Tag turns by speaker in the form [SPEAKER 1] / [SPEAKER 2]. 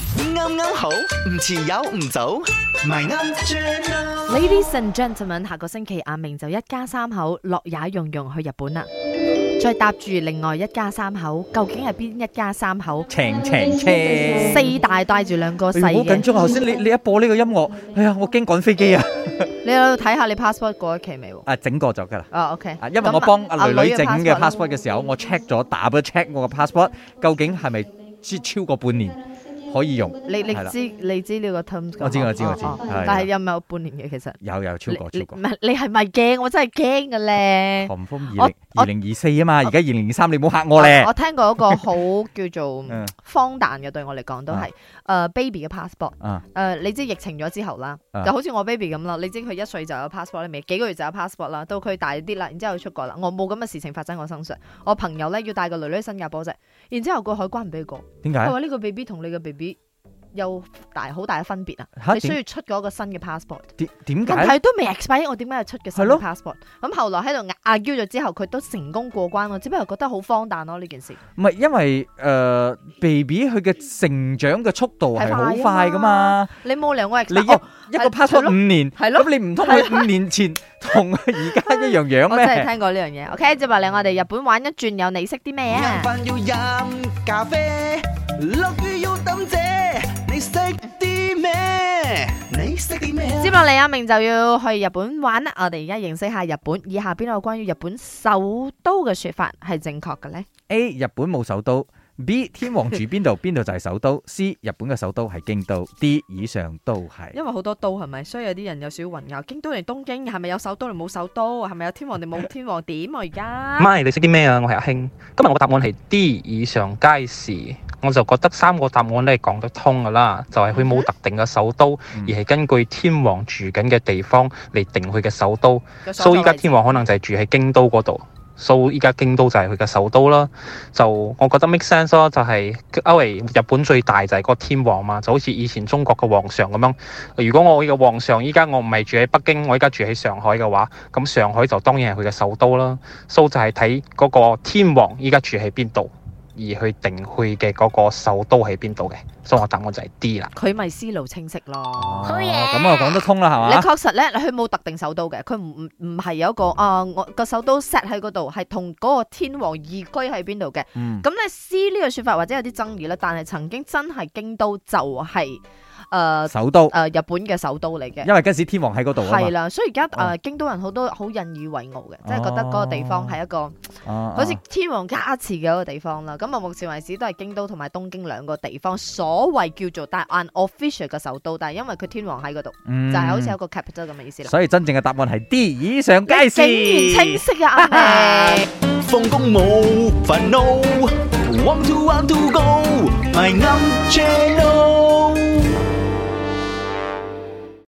[SPEAKER 1] 啱啱好，唔遲有唔早，咪啱 channel。
[SPEAKER 2] Ladies and gentlemen，下個星期阿明就一家三口樂也融融去日本啦，再搭住另外一家三口，究竟係邊一家三口？
[SPEAKER 3] 情情車。
[SPEAKER 2] 四大帶住兩個細
[SPEAKER 3] 哎呀好緊
[SPEAKER 2] 嘅，
[SPEAKER 3] 張啊！頭先你你一播呢個音樂，哎呀，我驚趕飛機啊！
[SPEAKER 2] 你喺度睇下你 passport 過咗期未喎？
[SPEAKER 3] 啊，整過咗㗎啦。
[SPEAKER 2] 啊，OK，
[SPEAKER 3] 啊，因為
[SPEAKER 2] 咁
[SPEAKER 3] 我幫阿女女整嘅
[SPEAKER 2] 阿女
[SPEAKER 3] passport 嘅時候，我 check 咗 double check 我個 passport 究竟係咪超超過半年可以用？
[SPEAKER 2] 你你
[SPEAKER 3] 係啦
[SPEAKER 2] 知你知呢個 terms 㗎
[SPEAKER 3] 我知
[SPEAKER 2] 嘛
[SPEAKER 3] 我知
[SPEAKER 2] 哦
[SPEAKER 3] 我知
[SPEAKER 2] 哦
[SPEAKER 3] 係啦
[SPEAKER 2] 但係有冇半年嘅其實？
[SPEAKER 3] 有有超過
[SPEAKER 2] 你
[SPEAKER 3] 超
[SPEAKER 2] 你
[SPEAKER 3] 過
[SPEAKER 2] 唔。係你係咪驚？我真係驚嘅咧。
[SPEAKER 3] 寒風
[SPEAKER 2] 我
[SPEAKER 3] 二零
[SPEAKER 2] 我
[SPEAKER 3] 二零二四啊嘛，而家二零二三，你唔好嚇我咧
[SPEAKER 2] 我。聽過一個好叫做
[SPEAKER 3] 嗯
[SPEAKER 2] 荒誕嘅，對我嚟講都係誒 baby 嘅 passport。
[SPEAKER 3] 啊，
[SPEAKER 2] 誒、呃你知疫情咗之後啦，
[SPEAKER 3] 啊
[SPEAKER 2] 就好似我 baby 咁啦，你知佢一歲就有 passport 啦，未幾個月就有 passport 啦，到佢大啲啦，然之後出國啦，我冇咁嘅事情發生我身上。我朋友咧要帶個女女去新加坡啫，然之後個海關唔俾佢過，
[SPEAKER 3] 點
[SPEAKER 2] 佢
[SPEAKER 3] 解？
[SPEAKER 2] 話呢個 baby 同你嘅 baby 有大好大嘅分別啊，
[SPEAKER 3] 嚇
[SPEAKER 2] 你需
[SPEAKER 3] 點
[SPEAKER 2] 要出嗰個新嘅 passport。
[SPEAKER 3] 點點
[SPEAKER 2] 但係
[SPEAKER 3] 解？
[SPEAKER 2] 都未 expire，我點解要出嘅新
[SPEAKER 3] 係咯
[SPEAKER 2] 嘅 passport？咁後來喺度嗌叫咗之後，佢都成功過關咯，只不過覺得好荒誕咯呢件事。
[SPEAKER 3] 唔係因為誒 ờ, baby 佢嘅成長嘅速度係好
[SPEAKER 2] 係
[SPEAKER 3] 快
[SPEAKER 2] 快
[SPEAKER 3] 噶
[SPEAKER 2] 㗎
[SPEAKER 3] 嘛
[SPEAKER 2] 嘛，你冇兩個 e x
[SPEAKER 3] 你一一個
[SPEAKER 2] 係係
[SPEAKER 3] passport
[SPEAKER 2] 咯
[SPEAKER 3] 五年，
[SPEAKER 2] 係咯。
[SPEAKER 3] 咁你唔通佢五年前同佢而家一樣樣
[SPEAKER 2] 我真係
[SPEAKER 3] 咩？
[SPEAKER 2] 聽過呢樣嘢。OK，接落嚟我哋日本玩一轉，有你識啲咩
[SPEAKER 1] 食
[SPEAKER 2] 啊？
[SPEAKER 1] 飯要飲咖啡，落雨要抌遮，你識啲咩？你識啲咩啊？
[SPEAKER 2] 接落嚟阿明就要去日本玩啊啦。我哋而家認識下日本，以下邊個關於日本首都嘅說法係正確嘅呢？
[SPEAKER 3] A 日本冇首都，B 天王住 邊度邊度就係首都，C 日本嘅首都係京都，D 以上都係。
[SPEAKER 2] 因為好多都係咪，所以有啲人有少少混淆。京都定東京係咪有首都定冇首都？係咪有天皇定冇天皇？點啊而
[SPEAKER 4] 唔
[SPEAKER 2] 家？
[SPEAKER 4] 係，你識啲咩啊？我係阿興，今日我答案係 D 以上皆是，我就覺得三個答案咧講得通噶啦，就係佢冇特定嘅首都，而係根據天皇住緊嘅地方嚟定佢嘅首都。所以依家天皇可能就係住喺京都嗰度，所以依家京都就係佢嘅首都啦。就我覺得 make sense 咯，就係、因為日本最大就係個天皇嘛，就好似以前中國嘅皇上咁樣。如果我嘅皇上依家我唔係住喺北京，我依家住喺上海嘅話，咁上海就當然係佢嘅首都啦。所以就係睇嗰個天皇依家住喺邊度，而去定佢嘅嗰個首都喺邊度嘅。所以我答案就係 D 啦。
[SPEAKER 2] 佢咪思路清晰咯。
[SPEAKER 3] 哦咁啊講得通啦，係
[SPEAKER 2] 你
[SPEAKER 3] 嘛？
[SPEAKER 2] 確實咧，佢冇特定首都嘅，佢唔唔唔係有一個啊，我個首都 set 喺嗰度，係同嗰個天皇移居喺邊度嘅。
[SPEAKER 3] 嗯
[SPEAKER 2] 咁咧 C 呢個説法或者有啲爭議啦，但係曾經真係京都就係呃誒
[SPEAKER 3] 首都，
[SPEAKER 2] 誒日本嘅首都嚟嘅。
[SPEAKER 3] 因為嗰時天皇喺嗰度哦啊嘛
[SPEAKER 2] 係。啦，所以而家
[SPEAKER 3] 哦
[SPEAKER 2] 誒京都人好多好引以為傲嘅，即係覺得嗰個地方係一個
[SPEAKER 3] 哦
[SPEAKER 2] 好似天皇加持嘅一個地方啦。咁啊，目前為止都係京都同埋東京兩個地方所謂叫做但係 unofficial 嘅首都，但係因為佢天皇喺嗰度，就
[SPEAKER 3] 就
[SPEAKER 2] 係好似有個 capital 咁嘅意思啦。
[SPEAKER 3] 所以真正嘅答案係 D 以上皆是。
[SPEAKER 2] 你竟然清晰啊，阿 明！
[SPEAKER 1] 放工冇煩惱，want to want to go，咪啱 channel。